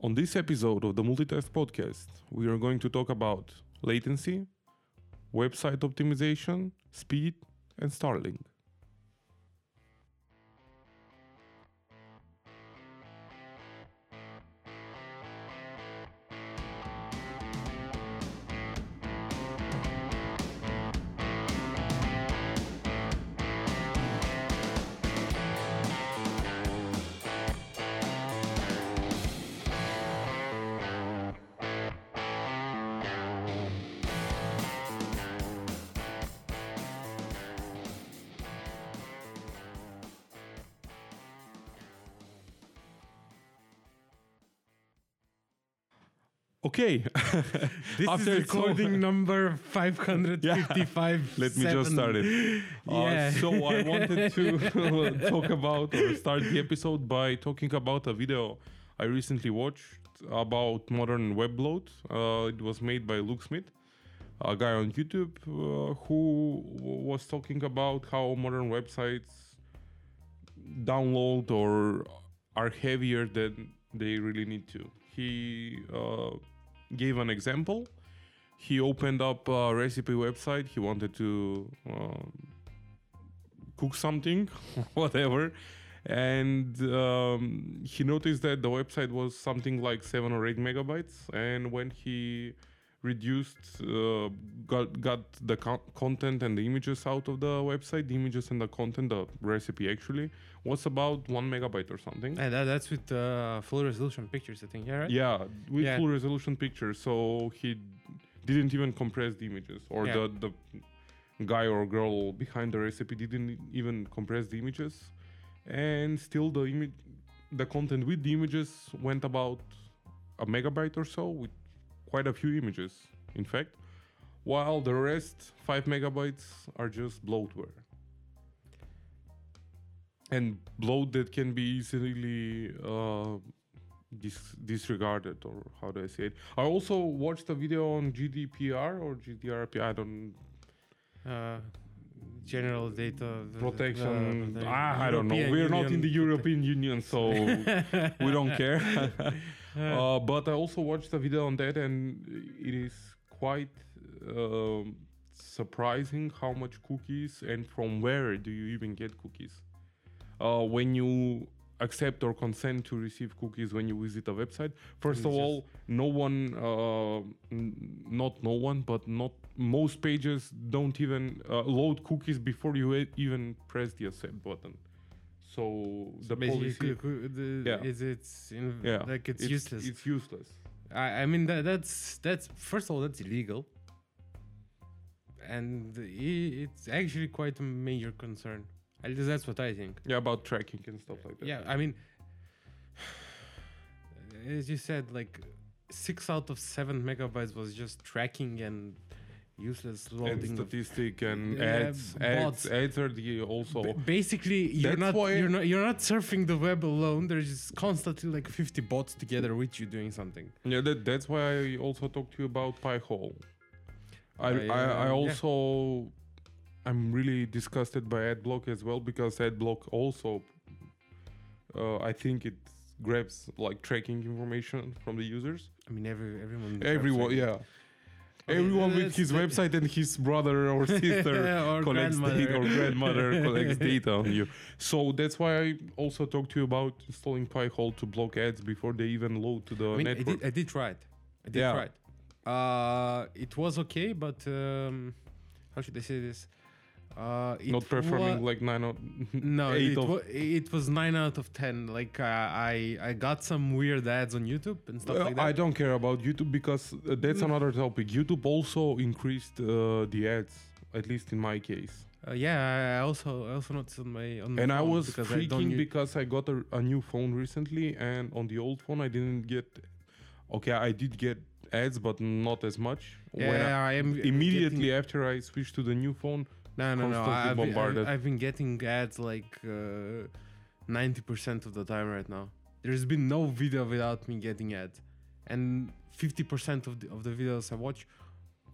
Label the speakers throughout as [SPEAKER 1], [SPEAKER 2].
[SPEAKER 1] On this episode of the Multitask Podcast, we are going to talk about latency, website optimization, speed, and Starlink. Okay.
[SPEAKER 2] This
[SPEAKER 1] After
[SPEAKER 2] is
[SPEAKER 1] it's over-
[SPEAKER 2] recording number 555.
[SPEAKER 1] Let me just start it. Uh,
[SPEAKER 2] Yeah.
[SPEAKER 1] so I wanted to talk about or start the episode by talking about a video I recently watched about modern webload. Uh, it was made by Luke Smith, a guy on YouTube uh, who w- was talking about how modern websites download or are heavier than they really need to. He uh, gave an example. He opened up a recipe website. He wanted to uh, cook something, whatever. And um, he noticed that the website was something like seven or eight megabytes. And when he reduced, uh, got, got the con- content and the images out of the website, the images and the content, the recipe actually, was about one megabyte or something.
[SPEAKER 2] And that, that's with uh, full resolution pictures, I think. Yeah, right?
[SPEAKER 1] Yeah, with
[SPEAKER 2] Yeah.
[SPEAKER 1] full resolution picture. So he didn't even compress the images, or
[SPEAKER 2] Yeah.
[SPEAKER 1] the the guy or girl behind the recipe didn't even compress the images, and still the image, the content with the images went about a megabyte or so, with quite a few images, in fact. While the rest five megabytes are just bloatware and bloat that can be easily uh, dis- disregarded or how do I say it? I also watched a video on GDPR or GDRP. I don't
[SPEAKER 2] Uh, general data
[SPEAKER 1] protection.
[SPEAKER 2] uh, the
[SPEAKER 1] ah, I don't know.
[SPEAKER 2] European
[SPEAKER 1] We're not in
[SPEAKER 2] Union
[SPEAKER 1] the European Union, so we don't care. uh, but I also watched a video on that, and it is quite um, surprising how much cookies and from where do you even get cookies uh, when you accept or consent to receive cookies when you visit a website. First of
[SPEAKER 2] Yes.
[SPEAKER 1] all, no one, uh, n- not no one, but not most pages don't even uh, load cookies before you e- even press the accept button. So Oh, the
[SPEAKER 2] Basically,
[SPEAKER 1] policy,
[SPEAKER 2] cu- cu- the-
[SPEAKER 1] Yeah.
[SPEAKER 2] is it's in,
[SPEAKER 1] yeah,
[SPEAKER 2] like it's, useless.
[SPEAKER 1] It's useless.
[SPEAKER 2] I, I mean that that's that's first of all that's illegal, and i it's actually quite a major concern. At least that's what I think.
[SPEAKER 1] Yeah, about tracking and stuff like that.
[SPEAKER 2] Yeah, I mean, as you said, like six out of seven megabytes was just tracking and useless
[SPEAKER 1] And
[SPEAKER 2] loading. of-
[SPEAKER 1] statistic and
[SPEAKER 2] Yeah,
[SPEAKER 1] ads, ads,
[SPEAKER 2] bots.
[SPEAKER 1] ads are the also.
[SPEAKER 2] Ba- Basically, you're
[SPEAKER 1] That's
[SPEAKER 2] not
[SPEAKER 1] why-
[SPEAKER 2] you're not you're not surfing the web alone. There's just constantly like 50 bots together with you doing something.
[SPEAKER 1] Yeah, that, that's why I also talked to you about Pi-hole. I, I,
[SPEAKER 2] I,
[SPEAKER 1] I
[SPEAKER 2] uh, yeah.
[SPEAKER 1] also I'm really disgusted by AdBlock as well because AdBlock also uh, I think it grabs like tracking information from the users.
[SPEAKER 2] I mean, every everyone.
[SPEAKER 1] Everyone, yeah. Everyone with
[SPEAKER 2] that's-
[SPEAKER 1] his
[SPEAKER 2] that-
[SPEAKER 1] website and his brother or sister
[SPEAKER 2] or
[SPEAKER 1] collects data or
[SPEAKER 2] grandmother.
[SPEAKER 1] grandmother collects data on you. So that's why I also talked to you about installing Pi-hole to block ads before they even load to the
[SPEAKER 2] I mean, I
[SPEAKER 1] network.
[SPEAKER 2] did, I did try it. I did
[SPEAKER 1] Yeah.
[SPEAKER 2] try it. Uh, it was okay, but um, how should I say this? Uh, it
[SPEAKER 1] not performing
[SPEAKER 2] wa-
[SPEAKER 1] like nine out
[SPEAKER 2] no,
[SPEAKER 1] eight
[SPEAKER 2] it,
[SPEAKER 1] of
[SPEAKER 2] wa- it was nine out of ten. Like uh, I, I got some weird ads on YouTube and stuff
[SPEAKER 1] Well,
[SPEAKER 2] like that.
[SPEAKER 1] I don't care about YouTube because uh, that's another topic. YouTube also increased uh, the ads, at least in my case.
[SPEAKER 2] Uh, yeah, I also, I also noticed on my on my
[SPEAKER 1] and I
[SPEAKER 2] phone
[SPEAKER 1] was
[SPEAKER 2] because I
[SPEAKER 1] freaking
[SPEAKER 2] don't u-
[SPEAKER 1] because I got a, a new phone recently, and on the old phone I didn't get. Okay, I did get ads, but not as much. When I-
[SPEAKER 2] yeah, I, am
[SPEAKER 1] immediately
[SPEAKER 2] getting-
[SPEAKER 1] after I switched to the new phone,
[SPEAKER 2] no, no, no.
[SPEAKER 1] constantly
[SPEAKER 2] I- I've, been-
[SPEAKER 1] bombarded.
[SPEAKER 2] I've, I've been getting ads like uh, ninety percent of the time right now. There's been no video without me getting ads, and fifty percent of the, of the videos I watch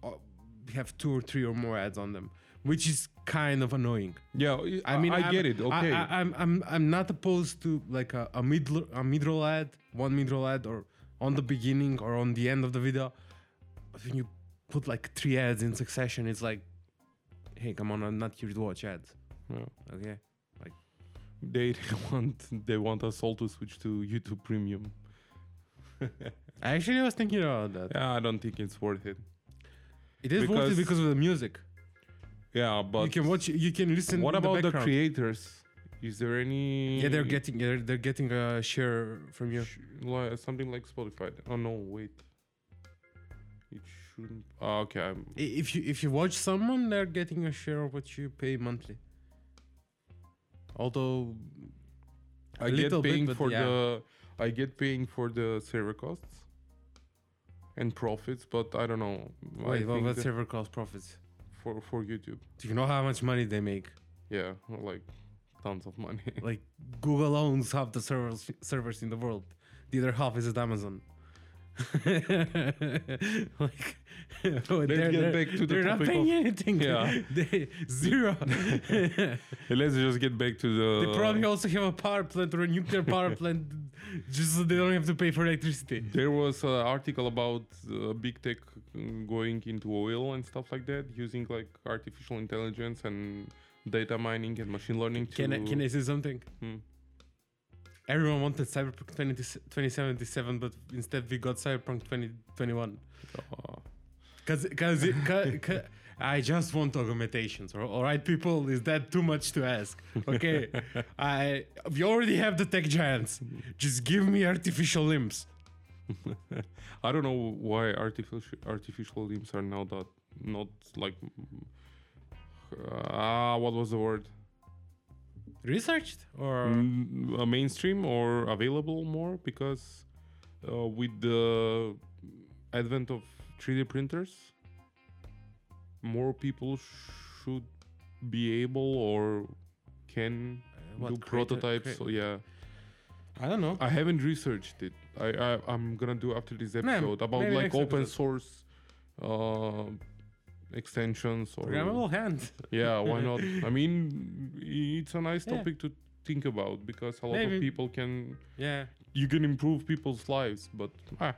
[SPEAKER 2] uh, have two or three or more ads on them, which is kind of annoying.
[SPEAKER 1] yeah,
[SPEAKER 2] I mean,
[SPEAKER 1] I
[SPEAKER 2] I'm-
[SPEAKER 1] get it. Okay,
[SPEAKER 2] I, I, I'm I'm I'm not opposed to like a, a middle a mid roll ad, one mid roll ad, or on the beginning or on the end of the video. But when you put like three ads in succession, it's like, hey, come on, I'm not here to watch ads.
[SPEAKER 1] Yeah.
[SPEAKER 2] Okay.
[SPEAKER 1] They want they want us all to switch to YouTube Premium.
[SPEAKER 2] I actually was thinking about that.
[SPEAKER 1] Yeah, I don't think it's worth it.
[SPEAKER 2] It is worth
[SPEAKER 1] Because-
[SPEAKER 2] it because of the music.
[SPEAKER 1] Yeah, but
[SPEAKER 2] you can watch. You can listen.
[SPEAKER 1] what
[SPEAKER 2] in
[SPEAKER 1] about
[SPEAKER 2] the,
[SPEAKER 1] the,
[SPEAKER 2] background.
[SPEAKER 1] creators? Is there any?
[SPEAKER 2] Yeah, they're getting they're, they're getting a share from you.
[SPEAKER 1] Sh- li- something like Spotify. Oh no, wait. It shouldn't. Ah, okay, I'm,
[SPEAKER 2] I- If you if you watch someone, they're getting a share of what you pay monthly. Although
[SPEAKER 1] I
[SPEAKER 2] A
[SPEAKER 1] get
[SPEAKER 2] little bit,
[SPEAKER 1] paying
[SPEAKER 2] but
[SPEAKER 1] for
[SPEAKER 2] yeah.
[SPEAKER 1] the I get paying for the server costs and profits, but I don't know. I
[SPEAKER 2] Wait, what,
[SPEAKER 1] think
[SPEAKER 2] what
[SPEAKER 1] that
[SPEAKER 2] server cost profits?
[SPEAKER 1] for for YouTube.
[SPEAKER 2] Do you know how much money they make?
[SPEAKER 1] Yeah, like tons of money.
[SPEAKER 2] Like Google owns half the servers servers in the world. The other half is at Amazon. like they're,
[SPEAKER 1] get back to the
[SPEAKER 2] they're not
[SPEAKER 1] topic
[SPEAKER 2] paying anything.
[SPEAKER 1] Yeah.
[SPEAKER 2] They- zero.
[SPEAKER 1] Let's just get back to the.
[SPEAKER 2] they probably also have a power plant or a nuclear power plant, just so they don't have to pay for electricity.
[SPEAKER 1] There was an article about uh, big tech mm, going into oil and stuff like that, using like artificial intelligence and data mining and machine learning to.
[SPEAKER 2] Can I, can I say something?
[SPEAKER 1] Hmm.
[SPEAKER 2] Everyone wanted Cyberpunk 20, 2077, but instead we got Cyberpunk 2021.
[SPEAKER 1] Uh,
[SPEAKER 2] Cause, cause, it, ca- ca- I just want augmentations. al- All right, people, is that too much to ask? Okay, I we already have the tech giants. Just give me artificial limbs.
[SPEAKER 1] I don't know why artificial artificial limbs are now that not like ah what was the word
[SPEAKER 2] Researched or
[SPEAKER 1] Mm, uh, mainstream or available more because uh, with the advent of 3D printers more people should be able or can
[SPEAKER 2] what,
[SPEAKER 1] do
[SPEAKER 2] creator-
[SPEAKER 1] prototypes Oh. so
[SPEAKER 2] crea-
[SPEAKER 1] yeah
[SPEAKER 2] I don't know.
[SPEAKER 1] I haven't researched it. I, I I'm gonna do after this
[SPEAKER 2] No,
[SPEAKER 1] episode about
[SPEAKER 2] maybe
[SPEAKER 1] like
[SPEAKER 2] next
[SPEAKER 1] open
[SPEAKER 2] episode.
[SPEAKER 1] source uh, extensions or
[SPEAKER 2] Programmable hand.
[SPEAKER 1] yeah, why not? I mean, it's a nice
[SPEAKER 2] Yeah.
[SPEAKER 1] topic to think about because a lot
[SPEAKER 2] Maybe.
[SPEAKER 1] of people can
[SPEAKER 2] Yeah,
[SPEAKER 1] you can improve people's lives, but ah,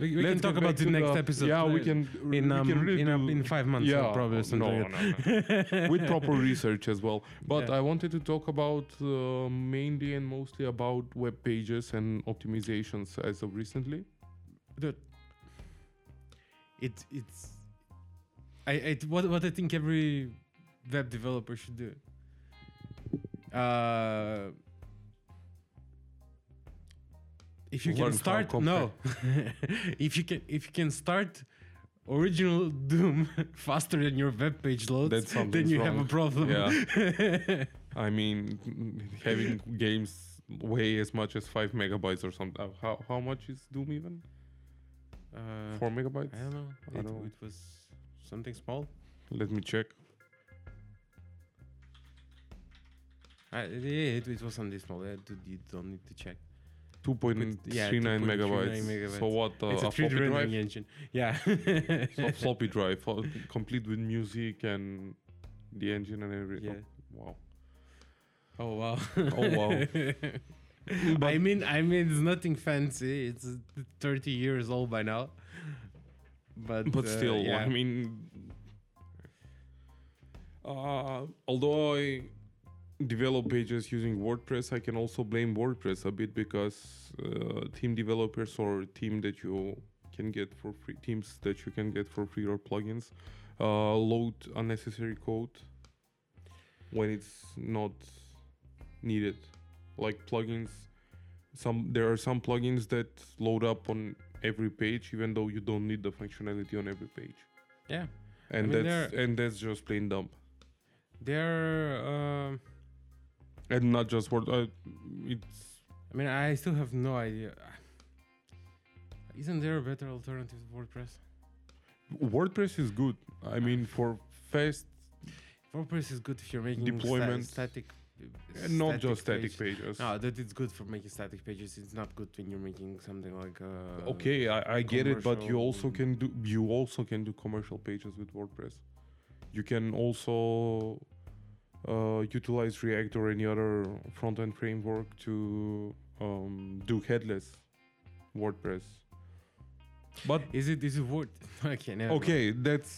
[SPEAKER 2] we, we can
[SPEAKER 1] let's
[SPEAKER 2] talk
[SPEAKER 1] get
[SPEAKER 2] about
[SPEAKER 1] back
[SPEAKER 2] the
[SPEAKER 1] to
[SPEAKER 2] next episode.
[SPEAKER 1] Yeah, we
[SPEAKER 2] uh,
[SPEAKER 1] can we
[SPEAKER 2] in
[SPEAKER 1] can
[SPEAKER 2] um,
[SPEAKER 1] really
[SPEAKER 2] in, a,
[SPEAKER 1] do-
[SPEAKER 2] in five months.
[SPEAKER 1] yeah,
[SPEAKER 2] probably something.
[SPEAKER 1] no,
[SPEAKER 2] like
[SPEAKER 1] no, no. with proper research as well. But
[SPEAKER 2] Yeah.
[SPEAKER 1] I wanted to talk about uh, mainly and mostly about web pages and optimizations as of recently.
[SPEAKER 2] Dude, it it's I it what what I think every web developer should do. Uh, if you
[SPEAKER 1] Learn
[SPEAKER 2] can
[SPEAKER 1] how
[SPEAKER 2] start no, if you can if you can start original Doom faster than your web page
[SPEAKER 1] Then
[SPEAKER 2] loads, then
[SPEAKER 1] something's
[SPEAKER 2] you have
[SPEAKER 1] wrong.
[SPEAKER 2] a problem.
[SPEAKER 1] I mean, having games weigh as much as five megabytes or something. Uh, How how much is Doom even?
[SPEAKER 2] uh,
[SPEAKER 1] Four megabytes?
[SPEAKER 2] I don't know.
[SPEAKER 1] I
[SPEAKER 2] it,
[SPEAKER 1] don't-
[SPEAKER 2] it was something small.
[SPEAKER 1] Let me check.
[SPEAKER 2] I, yeah, it, it was something small. Yeah, dude, you don't need to check.
[SPEAKER 1] Two point three nine
[SPEAKER 2] 2.39
[SPEAKER 1] megabytes. So
[SPEAKER 2] megabytes.
[SPEAKER 1] what? Uh,
[SPEAKER 2] it's
[SPEAKER 1] a,
[SPEAKER 2] a
[SPEAKER 1] floppy
[SPEAKER 2] 3D rendering
[SPEAKER 1] drive.
[SPEAKER 2] engine. Yeah.
[SPEAKER 1] So floppy drive, fo- complete with music and the engine and everything.
[SPEAKER 2] Yeah.
[SPEAKER 1] Wow.
[SPEAKER 2] oh wow.
[SPEAKER 1] Oh, wow.
[SPEAKER 2] I mean, I mean, it's nothing fancy. It's uh, 30 years old by now. But
[SPEAKER 1] but
[SPEAKER 2] uh,
[SPEAKER 1] still,
[SPEAKER 2] yeah.
[SPEAKER 1] I mean, uh, although I develop pages using WordPress, I can also blame WordPress a bit because uh, team developers or team that you can get for free, teams that you can get for free or plugins, uh, load unnecessary code when it's not needed, like plugins. Some there are some plugins that load up on every page, even though you don't need the functionality on every page.
[SPEAKER 2] yeah,
[SPEAKER 1] And
[SPEAKER 2] mean,
[SPEAKER 1] that's and that's just plain dumb.
[SPEAKER 2] they're. Um,
[SPEAKER 1] And not just word. Uh, it's
[SPEAKER 2] I mean, I still have no idea. Isn't there a better alternative to WordPress?
[SPEAKER 1] WordPress is good. I mean, for fast
[SPEAKER 2] WordPress is good if you're making
[SPEAKER 1] Deployment.
[SPEAKER 2] sta- static,
[SPEAKER 1] and not just
[SPEAKER 2] page.
[SPEAKER 1] static pages.
[SPEAKER 2] No, that it's good for making static pages. It's not good when you're making something like. Uh,
[SPEAKER 1] okay, I, I get it, but you also
[SPEAKER 2] commercial-
[SPEAKER 1] can do you also can do commercial pages with WordPress. You can also uh, utilize React or any other front end framework to um, do headless WordPress. But
[SPEAKER 2] Is it is it worth? Okay, never mind.
[SPEAKER 1] okay, that's.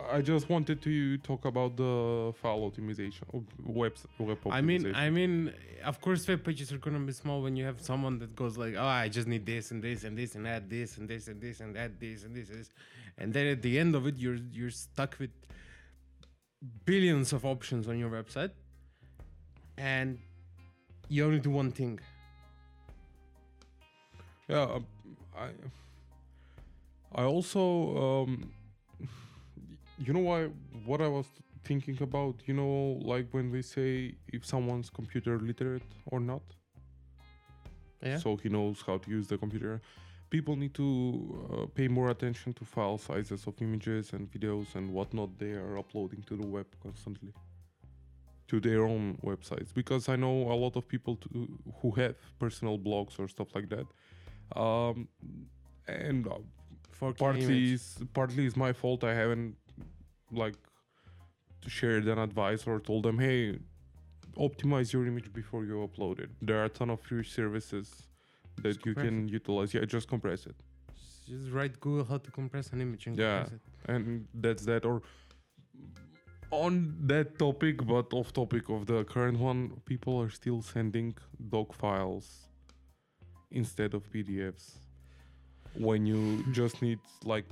[SPEAKER 1] I- I just wanted to talk about the file optimization, op- web web optimization.
[SPEAKER 2] I mean, I mean, of course, web pages are gonna be small when you have someone that goes like, "Oh, I just need this and this and this and add this and this and this and add this and this and this," and then at the end of it, you're you're stuck with billions of options on your website, and you only do one thing.
[SPEAKER 1] Yeah, um, I. I also, um, you know, why what I was thinking about. You know, like when we say if someone's computer literate or not,
[SPEAKER 2] Yeah.
[SPEAKER 1] so he knows how to use the computer. People need to uh, pay more attention to file sizes of images and videos and whatnot they are uploading to the web constantly, to their own websites. Because I know a lot of people to, who have personal blogs or stuff like that, um, and uh,
[SPEAKER 2] for
[SPEAKER 1] partly is, partly is my fault. I haven't like shared an advice or told them, hey, optimize your image before you upload it. There are a ton of free services that
[SPEAKER 2] Just
[SPEAKER 1] you
[SPEAKER 2] compress
[SPEAKER 1] can utilize. Yeah, just compress it,
[SPEAKER 2] just write Google how to compress an image and
[SPEAKER 1] Yeah.
[SPEAKER 2] compress it.
[SPEAKER 1] and that's that. Or on that topic, but off topic of the current one, people are still sending doc files instead of PDFs when you just need like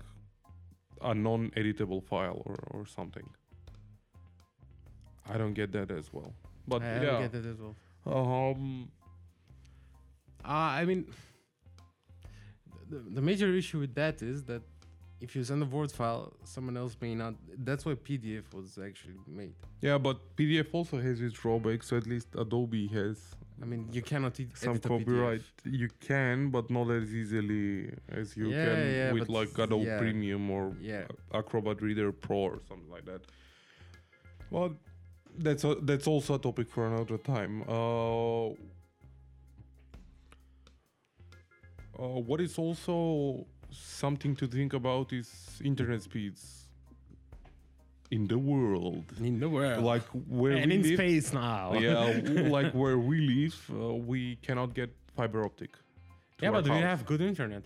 [SPEAKER 1] a non-editable file or, or something. I don't get that as well. But
[SPEAKER 2] I
[SPEAKER 1] yeah,
[SPEAKER 2] don't get it as well.
[SPEAKER 1] Um,
[SPEAKER 2] Uh, I mean, the, the major issue with that is that if you send a Word file, someone else may not. That's why PDF was actually made.
[SPEAKER 1] yeah, but PDF also has its drawbacks. So at least Adobe has
[SPEAKER 2] I mean, you cannot ed-
[SPEAKER 1] some
[SPEAKER 2] edit a
[SPEAKER 1] copyright.
[SPEAKER 2] PDF.
[SPEAKER 1] You can, but not as easily as you
[SPEAKER 2] Yeah,
[SPEAKER 1] can
[SPEAKER 2] yeah,
[SPEAKER 1] with
[SPEAKER 2] but
[SPEAKER 1] like Adobe
[SPEAKER 2] yeah.
[SPEAKER 1] Premium or
[SPEAKER 2] Yeah,
[SPEAKER 1] Acrobat Reader Pro or something like that. Well, that's a, that's also a topic for another time. Uh, uh, what is also something to think about is internet speeds in the world.
[SPEAKER 2] in the world
[SPEAKER 1] Like where
[SPEAKER 2] and
[SPEAKER 1] we
[SPEAKER 2] in
[SPEAKER 1] live,
[SPEAKER 2] space now.
[SPEAKER 1] yeah, w- like where we live, uh, we cannot get fiber optic. to
[SPEAKER 2] yeah,
[SPEAKER 1] our
[SPEAKER 2] but we
[SPEAKER 1] house.
[SPEAKER 2] have good internet.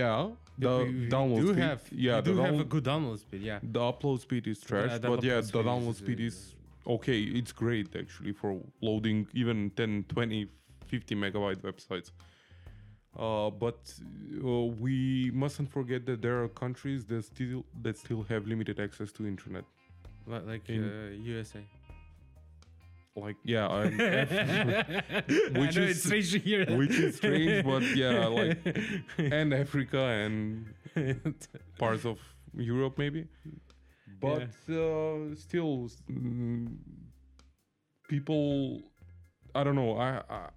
[SPEAKER 1] yeah the
[SPEAKER 2] we, we
[SPEAKER 1] download
[SPEAKER 2] do
[SPEAKER 1] speed.
[SPEAKER 2] have
[SPEAKER 1] yeah
[SPEAKER 2] we do
[SPEAKER 1] the
[SPEAKER 2] have a
[SPEAKER 1] download-
[SPEAKER 2] good download speed. Yeah,
[SPEAKER 1] the upload speed is trash,
[SPEAKER 2] the
[SPEAKER 1] but yeah,
[SPEAKER 2] upload
[SPEAKER 1] the
[SPEAKER 2] speed
[SPEAKER 1] download
[SPEAKER 2] is-
[SPEAKER 1] speed is okay. It's great actually for loading even 10, 20, 50 megabyte websites. Uh, but uh, we mustn't forget that there are countries that still that still have limited access to internet.
[SPEAKER 2] li- like
[SPEAKER 1] in-
[SPEAKER 2] uh, USA.
[SPEAKER 1] Like yeah, I'm Af-
[SPEAKER 2] I know
[SPEAKER 1] is-
[SPEAKER 2] it's strange to hear that.
[SPEAKER 1] which is strange, but yeah, like and Africa and parts of Europe maybe. But uh, still, s- mm, people, I don't know. I, I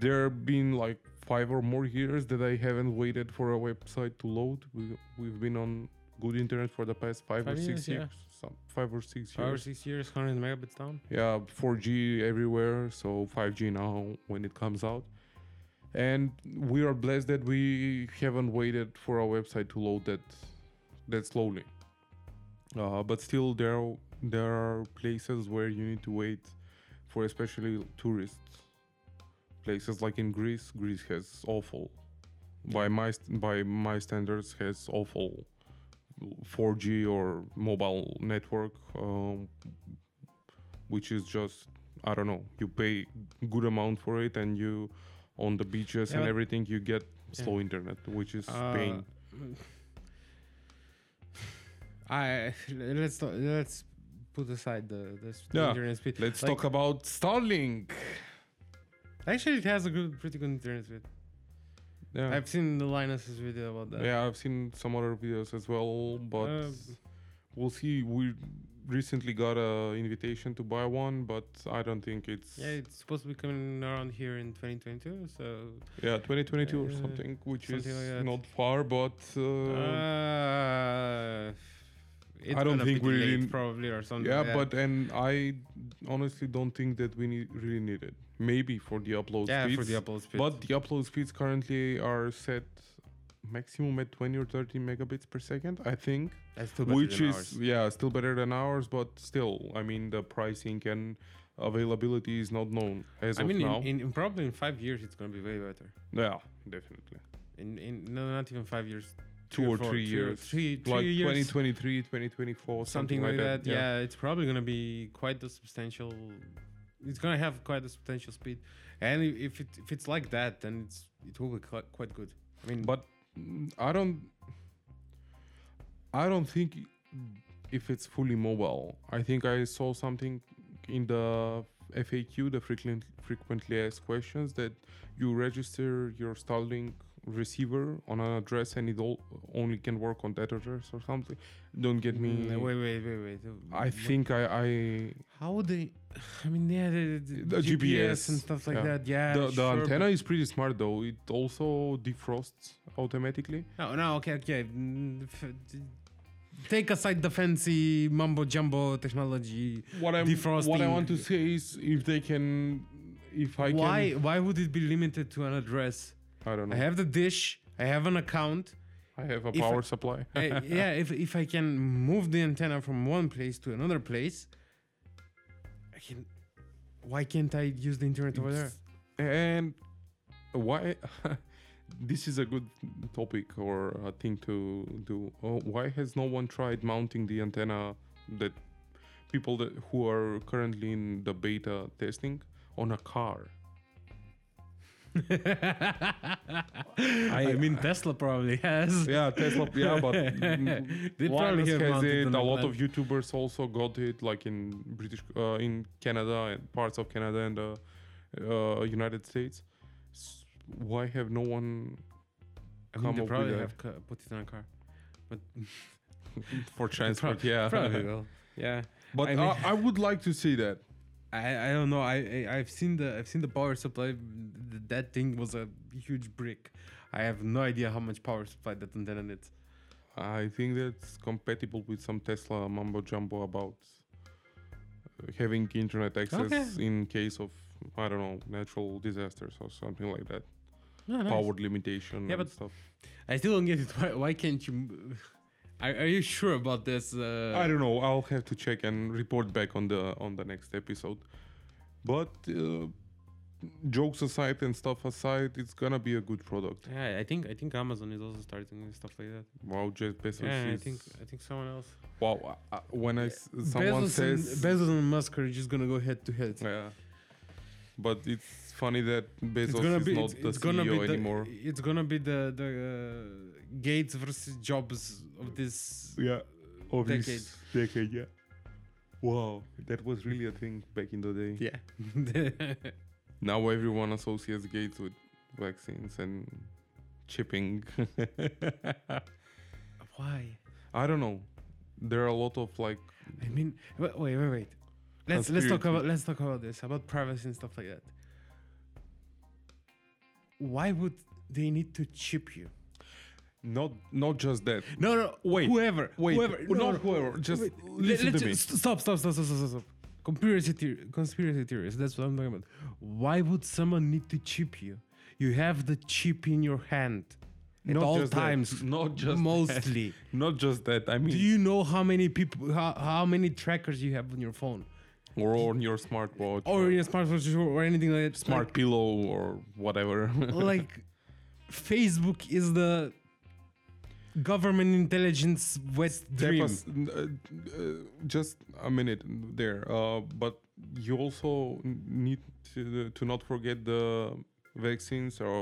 [SPEAKER 1] there have been like five or more years that I haven't waited for a website to load. We, we've been on good internet for the past five, or
[SPEAKER 2] Five
[SPEAKER 1] six
[SPEAKER 2] years, yeah.
[SPEAKER 1] years, some, five or six
[SPEAKER 2] Five or
[SPEAKER 1] years.
[SPEAKER 2] six years, hundred megabits down.
[SPEAKER 1] Yeah, 4G everywhere, so 5G now when it comes out. And we are blessed that we haven't waited for our website to load that that slowly. Uh, but still, there are- there are places where you need to wait for especially tourists. Places like in Greece, Greece has awful, by my st- by my standards, has awful 4G or mobile network. Um, which is just I don't know. You pay good amount for it, and you on the beaches
[SPEAKER 2] Yeah,
[SPEAKER 1] and
[SPEAKER 2] but- Uh,
[SPEAKER 1] everything you get slow internet, which is pain.
[SPEAKER 2] I let's not- let's put aside the the s- the
[SPEAKER 1] Yeah,
[SPEAKER 2] internet speed.
[SPEAKER 1] Let's
[SPEAKER 2] like-
[SPEAKER 1] talk about Starlink.
[SPEAKER 2] Actually, it has a good, pretty good internet speed.
[SPEAKER 1] Yeah,
[SPEAKER 2] I've seen the Linus's video about that.
[SPEAKER 1] yeah, I've seen some other videos as well, but
[SPEAKER 2] Uh,
[SPEAKER 1] we'll see. We recently got a invitation to buy one, but I don't think it's
[SPEAKER 2] Yeah, it's supposed to be coming around here in 2022. So
[SPEAKER 1] yeah 2022 or
[SPEAKER 2] Uh,
[SPEAKER 1] something, which is
[SPEAKER 2] something like that.
[SPEAKER 1] not far, but
[SPEAKER 2] uh,
[SPEAKER 1] uh,
[SPEAKER 2] it's
[SPEAKER 1] I don't
[SPEAKER 2] gonna be
[SPEAKER 1] think we
[SPEAKER 2] delayed
[SPEAKER 1] really-
[SPEAKER 2] probably or something.
[SPEAKER 1] yeah,
[SPEAKER 2] like that.
[SPEAKER 1] but and I honestly don't think that we need, really need it. Maybe for the upload
[SPEAKER 2] yeah,
[SPEAKER 1] speeds,
[SPEAKER 2] for the upload speed.
[SPEAKER 1] but the upload speeds currently are set maximum at 20 or 30 megabits per second, I think.
[SPEAKER 2] that's still better
[SPEAKER 1] which
[SPEAKER 2] than
[SPEAKER 1] is
[SPEAKER 2] ours.
[SPEAKER 1] yeah still better than ours but still i mean the pricing and availability is not known as
[SPEAKER 2] I
[SPEAKER 1] of
[SPEAKER 2] mean,
[SPEAKER 1] now
[SPEAKER 2] in, in, in probably in five years, it's gonna be way better.
[SPEAKER 1] yeah definitely.
[SPEAKER 2] in in no, not even five years,
[SPEAKER 1] Two or
[SPEAKER 2] four-
[SPEAKER 1] three
[SPEAKER 2] three or-
[SPEAKER 1] years.
[SPEAKER 2] three, three
[SPEAKER 1] like
[SPEAKER 2] years,
[SPEAKER 1] 2023, 2024,
[SPEAKER 2] something, like that. Yeah. it's probably gonna be quite a substantial. It's gonna have quite a substantial speed, and i- if it if it's like that, then it's it will be qui- quite good. I mean,
[SPEAKER 1] But mm, I don't. I don't think if it's fully mobile. I think I saw something in the FAQ, the frequent, frequently asked questions, that you register your Starlink receiver on an address and it all, only can work on that address or something. Don't get me.
[SPEAKER 2] Mm, wait, wait, wait, wait.
[SPEAKER 1] I
[SPEAKER 2] What-
[SPEAKER 1] think I, I
[SPEAKER 2] how would they? I mean, yeah, the,
[SPEAKER 1] The GPS,
[SPEAKER 2] and stuff like
[SPEAKER 1] yeah.
[SPEAKER 2] that. Yeah,
[SPEAKER 1] the, the
[SPEAKER 2] sure,
[SPEAKER 1] antenna is pretty smart though. It also defrosts automatically.
[SPEAKER 2] No, no, okay, okay. Mm, f- d- Take aside the fancy mumbo jumbo technology.
[SPEAKER 1] What I what I
[SPEAKER 2] Defrosting.
[SPEAKER 1] want to say is if they can, if I
[SPEAKER 2] why why would it be limited to an address?
[SPEAKER 1] can, I don't know.
[SPEAKER 2] I have the dish, I have an account.
[SPEAKER 1] I have a
[SPEAKER 2] if I-
[SPEAKER 1] power supply.
[SPEAKER 2] I- yeah, if if I can move the antenna from one place to another place, I can why can't I use the internet over there?
[SPEAKER 1] It's- And why? this is a good topic or a thing to do. Oh, why has no one tried mounting the antenna that people that who are currently in the beta testing on a car?
[SPEAKER 2] I, mean Tesla probably has.
[SPEAKER 1] Yeah, Tesla. Yeah, but mm,
[SPEAKER 2] They probably
[SPEAKER 1] Linus
[SPEAKER 2] have
[SPEAKER 1] has
[SPEAKER 2] mounted
[SPEAKER 1] it.
[SPEAKER 2] on
[SPEAKER 1] A
[SPEAKER 2] a
[SPEAKER 1] lot of
[SPEAKER 2] plant.
[SPEAKER 1] YouTubers also got it, like in British, uh, in Canada and parts of Canada and uh, uh, United States. S- Why have no one
[SPEAKER 2] I mean,
[SPEAKER 1] come
[SPEAKER 2] they
[SPEAKER 1] up
[SPEAKER 2] probably
[SPEAKER 1] with
[SPEAKER 2] have ca- put it in a car.
[SPEAKER 1] for transport? yeah,
[SPEAKER 2] Probably will. Yeah.
[SPEAKER 1] but
[SPEAKER 2] I
[SPEAKER 1] I,
[SPEAKER 2] mean-
[SPEAKER 1] I, would like to see that.
[SPEAKER 2] I, I don't know. I, I I've seen the I've seen the power supply. Th- That thing was a huge brick. I have no idea how much power supply that antenna needs.
[SPEAKER 1] I think that's compatible with some Tesla mumbo jumbo about uh, having internet access
[SPEAKER 2] Okay.
[SPEAKER 1] in case of I don't know natural disasters or something like that,
[SPEAKER 2] No, nice.
[SPEAKER 1] power limitation
[SPEAKER 2] Yeah,
[SPEAKER 1] and
[SPEAKER 2] but
[SPEAKER 1] stuff.
[SPEAKER 2] I still don't get it. Why, why can't you? m- Are, are you sure about this? Uh,
[SPEAKER 1] I don't know. I'll have to check and report back on the on the next episode. But uh, jokes aside and stuff aside, it's gonna be a good product.
[SPEAKER 2] Yeah, I think I think Amazon is also starting with stuff like that.
[SPEAKER 1] Wow, Jeff Bezos.
[SPEAKER 2] yeah, I
[SPEAKER 1] is-
[SPEAKER 2] think I think someone else.
[SPEAKER 1] Wow, I, I, when I s- someone
[SPEAKER 2] Bezos and,
[SPEAKER 1] says
[SPEAKER 2] Bezos and Musk are just gonna go head to head.
[SPEAKER 1] yeah, but it's funny that Bezos
[SPEAKER 2] It's gonna
[SPEAKER 1] is
[SPEAKER 2] be
[SPEAKER 1] not
[SPEAKER 2] it's,
[SPEAKER 1] the
[SPEAKER 2] it's
[SPEAKER 1] CEO
[SPEAKER 2] gonna be the,
[SPEAKER 1] anymore.
[SPEAKER 2] It's gonna be the the uh, Gates versus Jobs of this.
[SPEAKER 1] yeah, of
[SPEAKER 2] decade.
[SPEAKER 1] his decade. Yeah. Wow, that was really a thing back in the day.
[SPEAKER 2] Yeah.
[SPEAKER 1] Now everyone associates Gates with vaccines and chipping.
[SPEAKER 2] Why?
[SPEAKER 1] I don't know. There are a lot of like
[SPEAKER 2] I mean, wait, wait, wait. wait. Let's let's talk
[SPEAKER 1] Conspiracy.
[SPEAKER 2] about let's talk about this about privacy and stuff like that. Why would they need to chip you?
[SPEAKER 1] not not just that.
[SPEAKER 2] No, no,
[SPEAKER 1] Wait,
[SPEAKER 2] whoever,
[SPEAKER 1] wait,
[SPEAKER 2] whoever,
[SPEAKER 1] not whoever, just listen
[SPEAKER 2] let-
[SPEAKER 1] to me.
[SPEAKER 2] let's- Stop, stop, stop, stop, stop, stop, stop. Conspiracy, theory, conspiracy theories. That's what I'm talking about. Why would someone need to chip you? You have the chip in your hand at
[SPEAKER 1] Not
[SPEAKER 2] all
[SPEAKER 1] just that.
[SPEAKER 2] times.
[SPEAKER 1] Not just that.
[SPEAKER 2] mostly.
[SPEAKER 1] Not just that. I mean,
[SPEAKER 2] Do you know how many people, how, how many trackers you have on your phone?
[SPEAKER 1] or on your smartwatch,
[SPEAKER 2] or in a smartwatch or or anything like that.
[SPEAKER 1] smart pillow, or whatever.
[SPEAKER 2] Like, like, Facebook is the government intelligence West
[SPEAKER 1] That
[SPEAKER 2] dream.
[SPEAKER 1] was- n- uh, uh, just a minute there. Uh, but you also n- need to, to not forget the vaccines or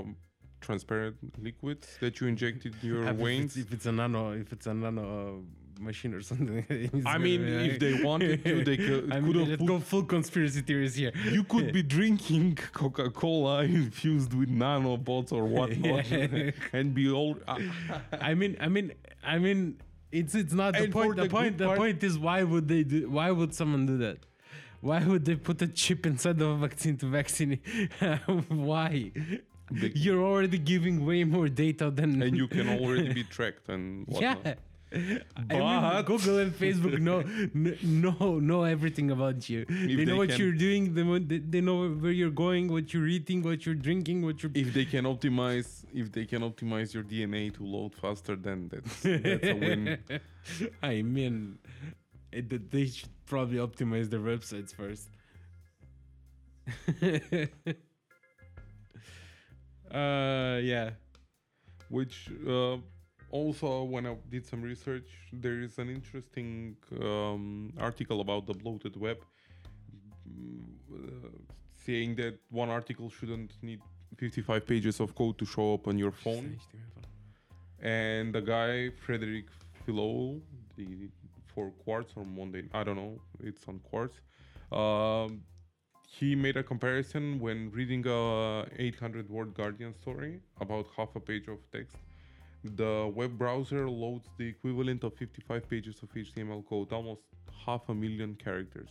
[SPEAKER 1] transparent liquids that you injected in your
[SPEAKER 2] If it's-
[SPEAKER 1] veins.
[SPEAKER 2] If it's a nano, if it's a nano uh, machine or something. it's
[SPEAKER 1] I mean,
[SPEAKER 2] gonna be
[SPEAKER 1] if they wanted to, they cou-
[SPEAKER 2] I
[SPEAKER 1] could
[SPEAKER 2] mean,
[SPEAKER 1] have
[SPEAKER 2] let's
[SPEAKER 1] put-
[SPEAKER 2] go full conspiracy theories here.
[SPEAKER 1] You could be drinking Coca Cola infused with nanobots or whatnot,
[SPEAKER 2] Yeah.
[SPEAKER 1] and be all. Uh,
[SPEAKER 2] I mean, I mean, I mean, it's it's not the
[SPEAKER 1] And for
[SPEAKER 2] point. The,
[SPEAKER 1] the
[SPEAKER 2] point.
[SPEAKER 1] good
[SPEAKER 2] The
[SPEAKER 1] part-
[SPEAKER 2] point is why would they do? Why would someone do that? Why would they put a chip inside of a vaccine to vaccinate? why?
[SPEAKER 1] Big-
[SPEAKER 2] You're already giving way more data than
[SPEAKER 1] and you can already be tracked and
[SPEAKER 2] yeah.
[SPEAKER 1] whatnot.
[SPEAKER 2] I mean,
[SPEAKER 1] But-
[SPEAKER 2] Google and Facebook know kn- know know everything about you. they know
[SPEAKER 1] they
[SPEAKER 2] what
[SPEAKER 1] can-
[SPEAKER 2] you're doing. They, want- they they know where you're going, what you're eating, what you're drinking, what you're
[SPEAKER 1] If they can optimize, if they can optimize your DNA to load faster, then that's, that's a win.
[SPEAKER 2] I mean, it, th- they should probably optimize their websites first. Uh, yeah.
[SPEAKER 1] which uh, also when i did some research there is an interesting um, article about the bloated web mm, uh, saying that one article shouldn't need 55 pages of code to show up on your phone and the guy Frederick Philo, the for quartz or mundane, I don't know, it's on quartz. Um, he made a comparison when reading a 800 word Guardian story about half a page of text. The web browser loads the equivalent of 55 pages of HTML code, almost half a million characters.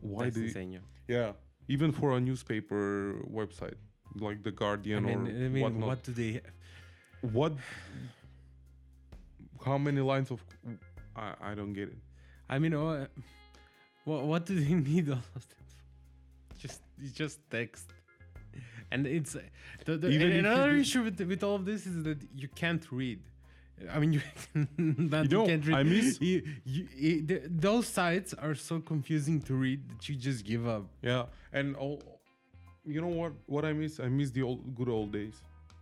[SPEAKER 1] Why
[SPEAKER 2] That's
[SPEAKER 1] do you,
[SPEAKER 2] insane, yeah.
[SPEAKER 1] yeah, even for a newspaper website like the
[SPEAKER 2] I
[SPEAKER 1] Guardian
[SPEAKER 2] mean,
[SPEAKER 1] or
[SPEAKER 2] I mean
[SPEAKER 1] whatnot?
[SPEAKER 2] what do they have?
[SPEAKER 1] What? How many lines of? I, I don't get it.
[SPEAKER 2] I mean, uh, what what do they need all of that? For? Just it's just text, and it's the, the,
[SPEAKER 1] Even if
[SPEAKER 2] and
[SPEAKER 1] you
[SPEAKER 2] another
[SPEAKER 1] do-
[SPEAKER 2] issue with with all of this is that you can't read. I mean, you, that
[SPEAKER 1] You know,
[SPEAKER 2] can't read.
[SPEAKER 1] I miss-
[SPEAKER 2] You, you, it- th- those sites are so confusing to read that you just give up.
[SPEAKER 1] Yeah, and all, you know what? What I miss? I miss the old good old days,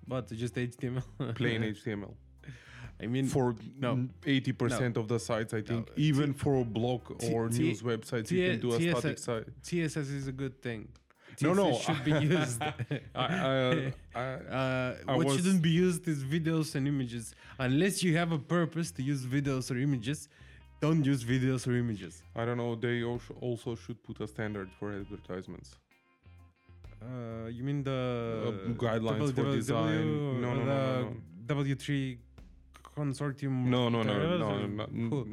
[SPEAKER 2] But just HTML,
[SPEAKER 1] plain HTML.
[SPEAKER 2] I mean,
[SPEAKER 1] For
[SPEAKER 2] no.
[SPEAKER 1] eighty percent of the sites, I think
[SPEAKER 2] No,
[SPEAKER 1] even for blog
[SPEAKER 2] T-
[SPEAKER 1] or
[SPEAKER 2] T-
[SPEAKER 1] news websites, you
[SPEAKER 2] T-
[SPEAKER 1] can do a
[SPEAKER 2] TSS
[SPEAKER 1] static site.
[SPEAKER 2] CSS is a good thing.
[SPEAKER 1] No, no,
[SPEAKER 2] TSS should be used.
[SPEAKER 1] I, I, I,
[SPEAKER 2] Uh,
[SPEAKER 1] I
[SPEAKER 2] what
[SPEAKER 1] was-
[SPEAKER 2] shouldn't be used is videos and images. Unless you have a purpose to use videos or images, don't use videos or images.
[SPEAKER 1] I don't know. They also also should put a standard for advertisements.
[SPEAKER 2] Uh, you mean the uh,
[SPEAKER 1] Uh, guidelines for design. No, no, no, no, no.
[SPEAKER 2] W three consortium.
[SPEAKER 1] No, no, no,
[SPEAKER 2] whatever,
[SPEAKER 1] no,
[SPEAKER 2] or-
[SPEAKER 1] no, no.
[SPEAKER 2] Cool.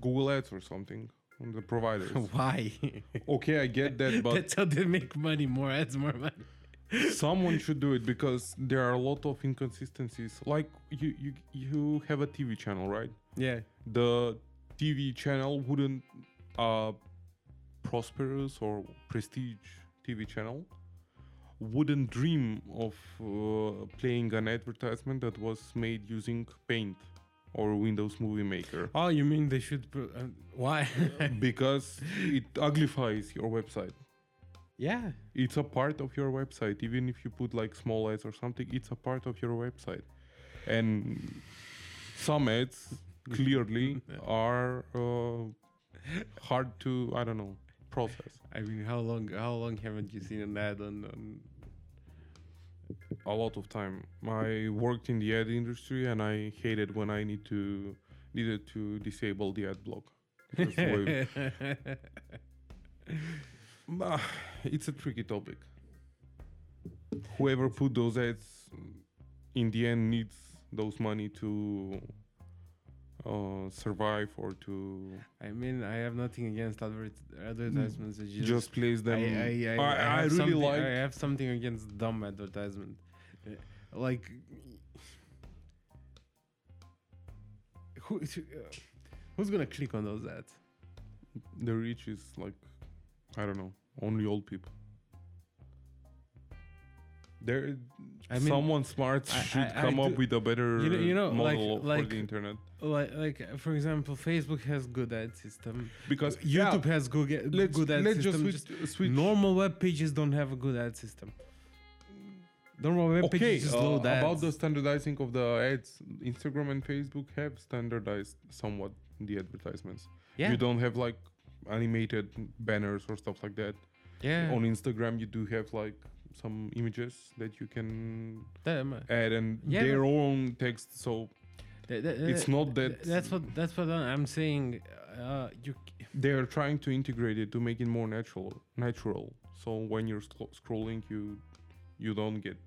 [SPEAKER 1] Google Ads or something. The providers.
[SPEAKER 2] Why?
[SPEAKER 1] okay, I get that, but
[SPEAKER 2] That's how they make money. More ads, more money.
[SPEAKER 1] someone should do it because there are a lot of inconsistencies. Like you, you, you have a TV channel, right?
[SPEAKER 2] Yeah.
[SPEAKER 1] The TV channel wouldn't uh, prosperous or prestige TV channel wouldn't dream of uh, playing an advertisement that was made using Paint or Windows Movie Maker.
[SPEAKER 2] Oh, you mean they should? Pr- uh, why?
[SPEAKER 1] because it uglifies your website.
[SPEAKER 2] yeah.
[SPEAKER 1] It's a part of your website, even if you put like small ads or something. It's a part of your website, and some ads clearly are uh, hard to I don't know process.
[SPEAKER 2] I mean, how long? How long haven't you seen an ad on? on
[SPEAKER 1] A lot of time. I worked in the ad industry, and I hated when I need to needed to disable the ad block. That's the way- Bah, it's a tricky topic. Whoever put those ads in the end needs those money to uh, survive or to
[SPEAKER 2] I mean, I have nothing against advert- advertisements. It's
[SPEAKER 1] just,
[SPEAKER 2] just,
[SPEAKER 1] place
[SPEAKER 2] I,
[SPEAKER 1] them.
[SPEAKER 2] I, I,
[SPEAKER 1] I-
[SPEAKER 2] I
[SPEAKER 1] I
[SPEAKER 2] have
[SPEAKER 1] really
[SPEAKER 2] something-
[SPEAKER 1] like.
[SPEAKER 2] I have something against dumb advertisement, Uh, like who, uh, who's gonna click on those ads?
[SPEAKER 1] the rich is like, I don't know, only old people. There,
[SPEAKER 2] I mean,
[SPEAKER 1] someone smart
[SPEAKER 2] I-
[SPEAKER 1] should
[SPEAKER 2] I- I
[SPEAKER 1] come up
[SPEAKER 2] do-
[SPEAKER 1] with a better
[SPEAKER 2] You know- you know, like-
[SPEAKER 1] model
[SPEAKER 2] like-
[SPEAKER 1] for the internet
[SPEAKER 2] Like, like uh, for example, Facebook has good ad system.
[SPEAKER 1] because
[SPEAKER 2] YouTube has good, ga-
[SPEAKER 1] yeah, let's,
[SPEAKER 2] good ad
[SPEAKER 1] let's just
[SPEAKER 2] system.
[SPEAKER 1] switch,
[SPEAKER 2] just
[SPEAKER 1] switch
[SPEAKER 2] Normal web pages don't have a good ad system. Normal web
[SPEAKER 1] okay
[SPEAKER 2] pages just
[SPEAKER 1] uh,
[SPEAKER 2] load ads.
[SPEAKER 1] about the standardizing of the ads instagram and facebook have standardized somewhat the advertisements
[SPEAKER 2] yeah,
[SPEAKER 1] you don't have like animated banners or stuff like that
[SPEAKER 2] yeah.
[SPEAKER 1] on instagram you do have like some images that you can
[SPEAKER 2] Them.
[SPEAKER 1] add and
[SPEAKER 2] Yeah,
[SPEAKER 1] their own text so
[SPEAKER 2] Th- th-
[SPEAKER 1] It's
[SPEAKER 2] th-
[SPEAKER 1] not
[SPEAKER 2] th-
[SPEAKER 1] that-
[SPEAKER 2] That's what that's what I'm saying. Uh, you c-
[SPEAKER 1] they're trying to integrate it to make it more natural natural so when you're scro- scrolling you you don't get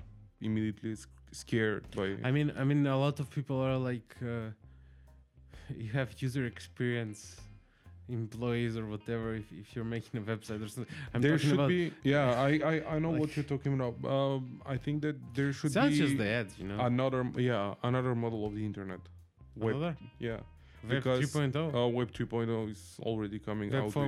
[SPEAKER 1] immediately sc- scared by
[SPEAKER 2] I mean, I mean, a lot of people are like, uh, you have user experience employees or whatever. If, if you're making a website or something, I'm
[SPEAKER 1] there
[SPEAKER 2] talking
[SPEAKER 1] should
[SPEAKER 2] about
[SPEAKER 1] be yeah i i, I know what
[SPEAKER 2] Like-
[SPEAKER 1] you're talking about um i think that there should
[SPEAKER 2] it's not
[SPEAKER 1] be
[SPEAKER 2] just the ads, you know.
[SPEAKER 1] another yeah another model of the internet web
[SPEAKER 2] Another?
[SPEAKER 1] yeah
[SPEAKER 2] Web
[SPEAKER 1] because,
[SPEAKER 2] 3.0,
[SPEAKER 1] uh, web 2.0 is already coming
[SPEAKER 2] oh. Web
[SPEAKER 1] out
[SPEAKER 2] 4,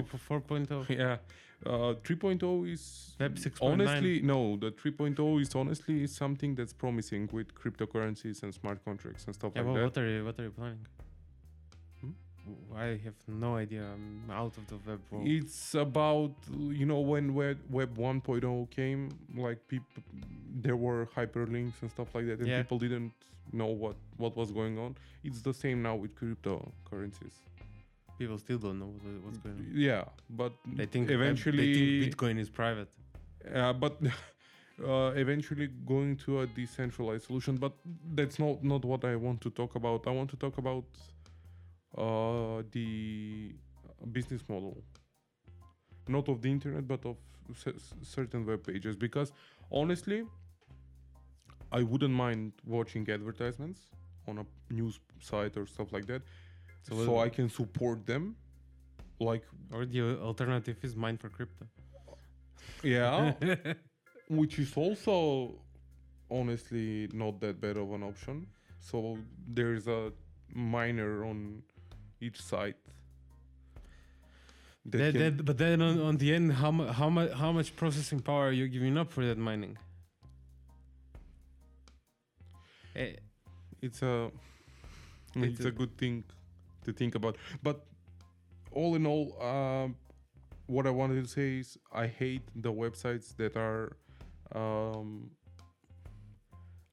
[SPEAKER 1] with-
[SPEAKER 2] 4.0.
[SPEAKER 1] yeah uh 3.0 is
[SPEAKER 2] Web 6.9.
[SPEAKER 1] honestly no the 3.0 is honestly something that's promising with cryptocurrencies and smart contracts and stuff
[SPEAKER 2] Yeah,
[SPEAKER 1] like
[SPEAKER 2] well,
[SPEAKER 1] that
[SPEAKER 2] what are you what are you planning?
[SPEAKER 1] Hmm?
[SPEAKER 2] Wh- I have no idea. I'm out of the web world.
[SPEAKER 1] It's about you know when web, web 1.0 came, like people there were hyperlinks and stuff like that, and
[SPEAKER 2] Yeah.
[SPEAKER 1] people didn't know what what was going on. It's the same now with cryptocurrencies.
[SPEAKER 2] People still don't know what, what's going on.
[SPEAKER 1] Yeah, but
[SPEAKER 2] They think
[SPEAKER 1] eventually,
[SPEAKER 2] they think Bitcoin is private.
[SPEAKER 1] uh, but uh, eventually going to a decentralized solution. But that's not not what I want to talk about. I want to talk about uh, the business model, not of the internet, but of cer- certain web pages. Because honestly, I wouldn't mind watching advertisements on a news site or stuff like that,
[SPEAKER 2] So
[SPEAKER 1] so
[SPEAKER 2] what-
[SPEAKER 1] I can support them. Like
[SPEAKER 2] Or the alternative is mine for crypto.
[SPEAKER 1] yeah, which is also honestly not that bad of an option. So there is a miner on each side. that can-
[SPEAKER 2] That- that- but then on, on the end, how, mu- how, mu- how much processing power are you giving up for that mining? Eh,
[SPEAKER 1] it's a it's,
[SPEAKER 2] It's
[SPEAKER 1] a,
[SPEAKER 2] a-
[SPEAKER 1] good thing to think about. But all in all, um, what I wanted to say is I hate the websites that are, um,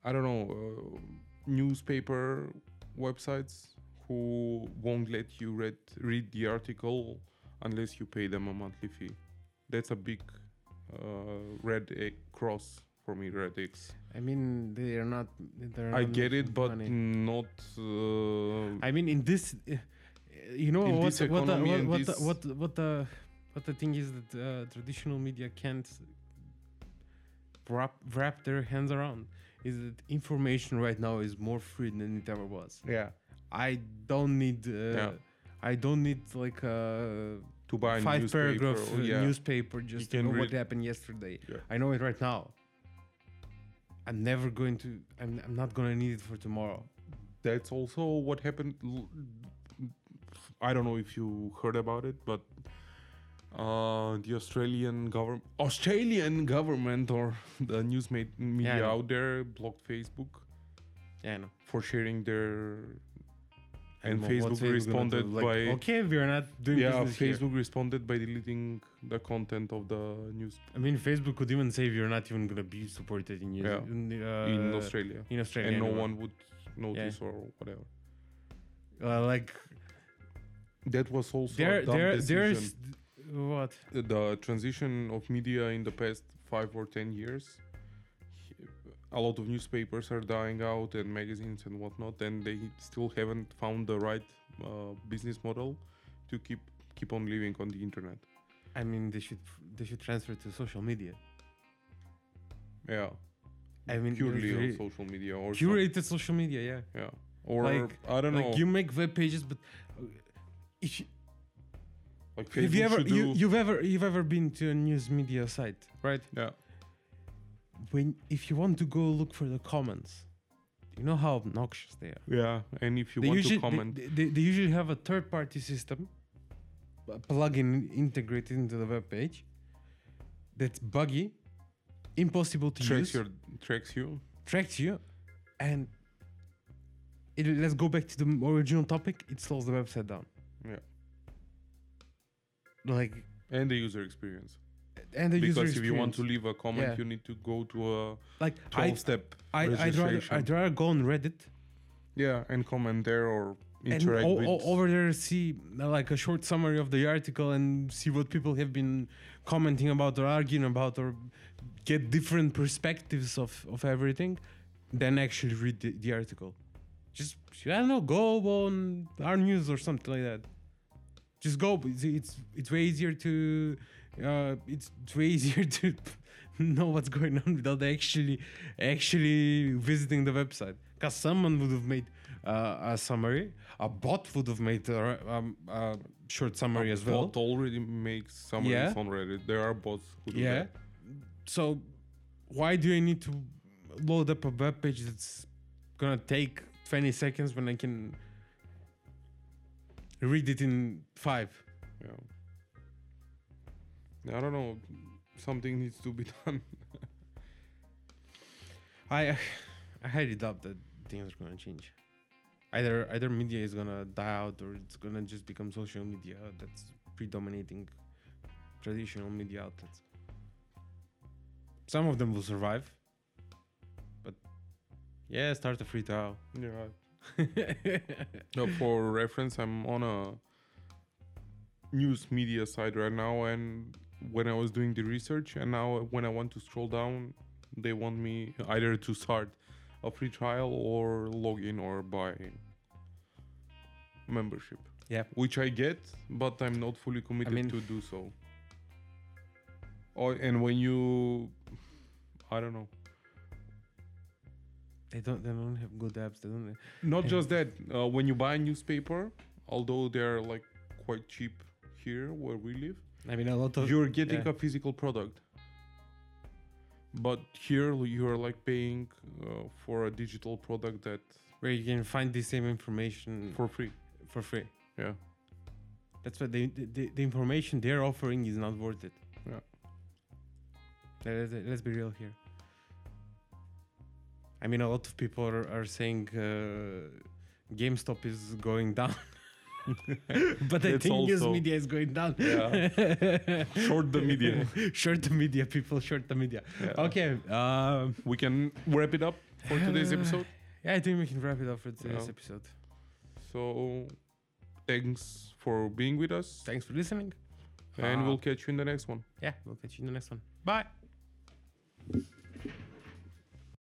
[SPEAKER 1] I don't know, uh, newspaper websites who won't let you read read the article unless you pay them a monthly fee. That's a big uh, red e- cross for me. Red X.
[SPEAKER 2] I mean, they are not. They're
[SPEAKER 1] I
[SPEAKER 2] not
[SPEAKER 1] get it,
[SPEAKER 2] making
[SPEAKER 1] but
[SPEAKER 2] money.
[SPEAKER 1] not. Uh,
[SPEAKER 2] Mm, I mean, in this, uh, you know,
[SPEAKER 1] In
[SPEAKER 2] what,
[SPEAKER 1] this
[SPEAKER 2] what, the,
[SPEAKER 1] economy
[SPEAKER 2] what,
[SPEAKER 1] and
[SPEAKER 2] what, the,
[SPEAKER 1] this-
[SPEAKER 2] what, what the what the thing is that uh, traditional media can't wrap wrap their hands around is that information right now is more free than it ever was.
[SPEAKER 1] yeah.
[SPEAKER 2] I don't need. Uh,
[SPEAKER 1] Yeah.
[SPEAKER 2] I don't need like a
[SPEAKER 1] To buy a
[SPEAKER 2] five
[SPEAKER 1] newspaper,
[SPEAKER 2] paragraph
[SPEAKER 1] or-
[SPEAKER 2] uh,
[SPEAKER 1] yeah.
[SPEAKER 2] newspaper just to
[SPEAKER 1] can
[SPEAKER 2] know what
[SPEAKER 1] read-
[SPEAKER 2] happened yesterday.
[SPEAKER 1] Yeah.
[SPEAKER 2] I know it right now. I'm never going to. I'm, I'm not gonna need it for tomorrow.
[SPEAKER 1] That's also what happened. l- I don't know if you heard about it, but uh, the Australian government, Australian government, or the news ma- media
[SPEAKER 2] know.
[SPEAKER 1] out there blocked Facebook
[SPEAKER 2] Yeah, I know.
[SPEAKER 1] for sharing their. And
[SPEAKER 2] Well, what's
[SPEAKER 1] Facebook
[SPEAKER 2] gonna do?
[SPEAKER 1] responded
[SPEAKER 2] Like,
[SPEAKER 1] by
[SPEAKER 2] okay, we are not doing
[SPEAKER 1] yeah,
[SPEAKER 2] business here."
[SPEAKER 1] Facebook responded by deleting the content of the news
[SPEAKER 2] I mean, Facebook could even say we are not even gonna be supported in,
[SPEAKER 1] Yeah.
[SPEAKER 2] in, uh,
[SPEAKER 1] in Australia,
[SPEAKER 2] in Australia
[SPEAKER 1] and no
[SPEAKER 2] anymore.
[SPEAKER 1] one would notice or whatever.
[SPEAKER 2] Uh, like
[SPEAKER 1] That was also
[SPEAKER 2] there,
[SPEAKER 1] a dumb
[SPEAKER 2] there,
[SPEAKER 1] decision.
[SPEAKER 2] there's what?
[SPEAKER 1] the transition of media in the past five or ten years a lot of newspapers are dying out and magazines and whatnot and they still haven't found the right uh, business model to keep keep on living on the internet
[SPEAKER 2] I mean, they should they should transfer to social media.
[SPEAKER 1] yeah
[SPEAKER 2] I mean,
[SPEAKER 1] purely on
[SPEAKER 2] re-
[SPEAKER 1] social media or some-
[SPEAKER 2] curated social media, yeah.
[SPEAKER 1] yeah or
[SPEAKER 2] like-
[SPEAKER 1] i don't know
[SPEAKER 2] Like you make web pages, but uh, if you,
[SPEAKER 1] like
[SPEAKER 2] have you
[SPEAKER 1] Facebook
[SPEAKER 2] ever
[SPEAKER 1] should
[SPEAKER 2] you,
[SPEAKER 1] do-
[SPEAKER 2] you've ever you've ever been to a news media site, right?
[SPEAKER 1] yeah
[SPEAKER 2] When if you want to go look for the comments, you know how obnoxious they are.
[SPEAKER 1] yeah and if you want
[SPEAKER 2] usually,
[SPEAKER 1] to comment
[SPEAKER 2] They, they, they usually have a third party system, a plugin integrated into the web page that's buggy, impossible to
[SPEAKER 1] tracks
[SPEAKER 2] use,
[SPEAKER 1] your tracks you
[SPEAKER 2] tracks you, and it, let's go back to the original topic. It slows the website down.
[SPEAKER 1] Yeah.
[SPEAKER 2] Like,
[SPEAKER 1] and the user experience
[SPEAKER 2] and the
[SPEAKER 1] because
[SPEAKER 2] user
[SPEAKER 1] if you want
[SPEAKER 2] experience.
[SPEAKER 1] to leave a comment
[SPEAKER 2] Yeah.
[SPEAKER 1] you need to go to a
[SPEAKER 2] like,
[SPEAKER 1] 12
[SPEAKER 2] I,
[SPEAKER 1] step
[SPEAKER 2] I, I'd rather,
[SPEAKER 1] registration.
[SPEAKER 2] I'd rather go on Reddit
[SPEAKER 1] Yeah, and comment there or
[SPEAKER 2] and
[SPEAKER 1] interact
[SPEAKER 2] o-
[SPEAKER 1] with.
[SPEAKER 2] o- over there see uh, like a short summary of the article and see what people have been commenting about or arguing about or get different perspectives of, of everything then actually read the, the article just i don't know go on our news or something like that just go it's it's, it's way easier to uh, it's, it's way easier to know what's going on without actually actually visiting the website because someone would have made uh, a summary a bot would have made a, re- um, a short summary as well
[SPEAKER 1] Bot already makes summaries
[SPEAKER 2] Yeah.
[SPEAKER 1] on Reddit. There are bots who do
[SPEAKER 2] yeah
[SPEAKER 1] that.
[SPEAKER 2] so why do i need to load up a web page that's gonna take 20 seconds when i can read it in five
[SPEAKER 1] Yeah. I don't know. Something needs to be done.
[SPEAKER 2] I I highly doubt that things are gonna change. either either media is gonna die out or it's gonna just become social media that's predominating traditional media outlets. Some of them will survive, but yeah, start a free trial.
[SPEAKER 1] You're right. No, for reference, I'm on a news media site right now, and when I was doing the research, and now when I want to scroll down, they want me either to start a free trial or log in or buy membership.
[SPEAKER 2] Yeah.
[SPEAKER 1] Which I get, but I'm not fully committed
[SPEAKER 2] mean-
[SPEAKER 1] to do so. Oh, and when you, I don't know.
[SPEAKER 2] they don't they don't have good apps. They don't.
[SPEAKER 1] Not
[SPEAKER 2] Yeah.
[SPEAKER 1] just that. Uh, when you buy a newspaper, although they're like quite cheap here where we live,
[SPEAKER 2] I mean, a lot of
[SPEAKER 1] you're getting
[SPEAKER 2] Uh, yeah.
[SPEAKER 1] a physical product. But here you're like paying uh, for a digital product that
[SPEAKER 2] where you can find the same information
[SPEAKER 1] for
[SPEAKER 2] for,
[SPEAKER 1] free.
[SPEAKER 2] for free.
[SPEAKER 1] Yeah.
[SPEAKER 2] That's what they, the- the, the information they're offering is not worth it.
[SPEAKER 1] Yeah.
[SPEAKER 2] Let, let- let's be real here. I mean, a lot of people are, are saying uh, GameStop is going down. but I
[SPEAKER 1] That's
[SPEAKER 2] think news
[SPEAKER 1] also-
[SPEAKER 2] media is going down.
[SPEAKER 1] Yeah. Short the media.
[SPEAKER 2] short the media, people. Short the media.
[SPEAKER 1] Yeah.
[SPEAKER 2] Okay. Um, uh,
[SPEAKER 1] We can wrap it up for today's episode.
[SPEAKER 2] yeah, I think we can wrap it up for today's
[SPEAKER 1] Yeah.
[SPEAKER 2] episode.
[SPEAKER 1] So thanks for being with us,
[SPEAKER 2] Thanks for listening.
[SPEAKER 1] and
[SPEAKER 2] Ah.
[SPEAKER 1] we'll catch you in the next one.
[SPEAKER 2] Yeah, we'll catch you in the next one. Bye.